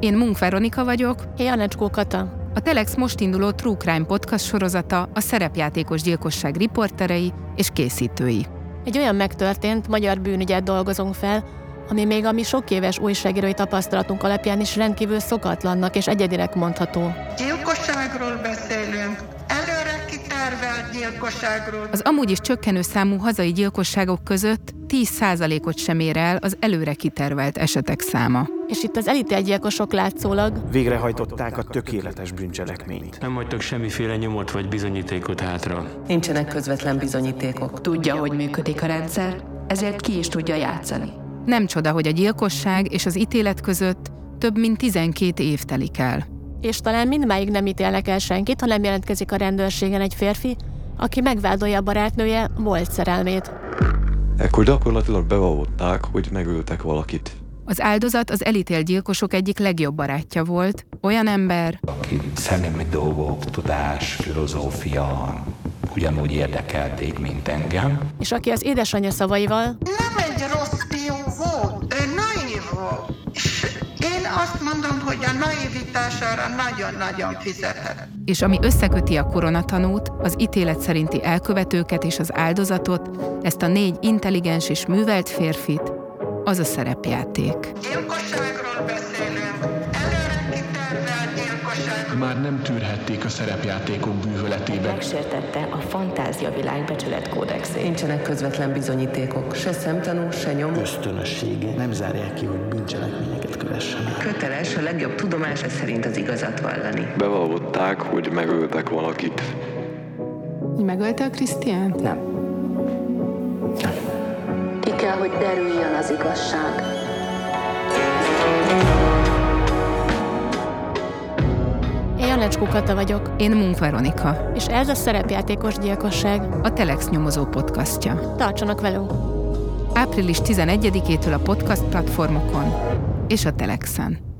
Én Munk Veronika vagyok, Én Janecskó Kata. a Telex most induló True Crime podcast sorozata a szerepjátékos gyilkosság riporterei és készítői. Egy olyan megtörtént magyar bűnügyet dolgozunk fel, ami még a mi sok éves újságírói tapasztalatunk alapján is rendkívül szokatlannak és egyedinek mondható. Gyilkosságról beszélünk, előre kitervelt gyilkosságról. Az amúgy is csökkenő számú hazai gyilkosságok között 10%-ot sem ér el az előre kitervelt esetek száma. És itt az elítélgyilkosok látszólag Végrehajtották a tökéletes bűncselekményt. Nem hagytak semmiféle nyomot vagy bizonyítékot hátra. Nincsenek közvetlen bizonyítékok. Tudja, hogy működik a rendszer, ezért ki is tudja játszani. Nem csoda, hogy a gyilkosság és az ítélet között több mint 12 év telik el. és talán mindmáig nem ítélnek el senkit, hanem jelentkezik a rendőrségen egy férfi, aki megvádolja a barátnője volt szerelmét. Ekkor gyakorlatilag bevallották, hogy megöltek valakit. Az áldozat az elítélt gyilkosok egyik legjobb barátja volt, olyan ember, aki szellemi dolgok, tudás, filozófia ugyanúgy érdekelték, mint engem. És aki az édesanyja szavaival, Nem egy rossz fiú volt, ő naív volt. És én azt mondom, hogy a naivitására nagyon-nagyon fizetett. és ami összeköti a koronatanút, az ítélet szerinti elkövetőket és az áldozatot, ezt a négy intelligens és művelt férfit, az a szerepjáték. Gyilkosságról beszélünk, előre kitervelt gyilkosságról. Már nem tűrhették a szerepjátékok bűvöletében. Megsértette a fantázia világ becsület kódexét. Nincsenek közvetlen bizonyítékok. Se szemtanú, se nyom. ösztönössége nem zárják ki, hogy bűncselekményeket kövessen el. Köteles a legjobb tudomása szerint az igazat vallani. Bevallották, hogy megöltek valakit. megölte a Krisztián? Ki kell, hogy derüljön az igazság. Én Janecskó Kata vagyok, Én Munk Veronika, és ez a szerepjátékos gyilkosság. a Telex nyomozó podcastja. Tartsanak velünk! április 11-től a podcast platformokon és a Telexen.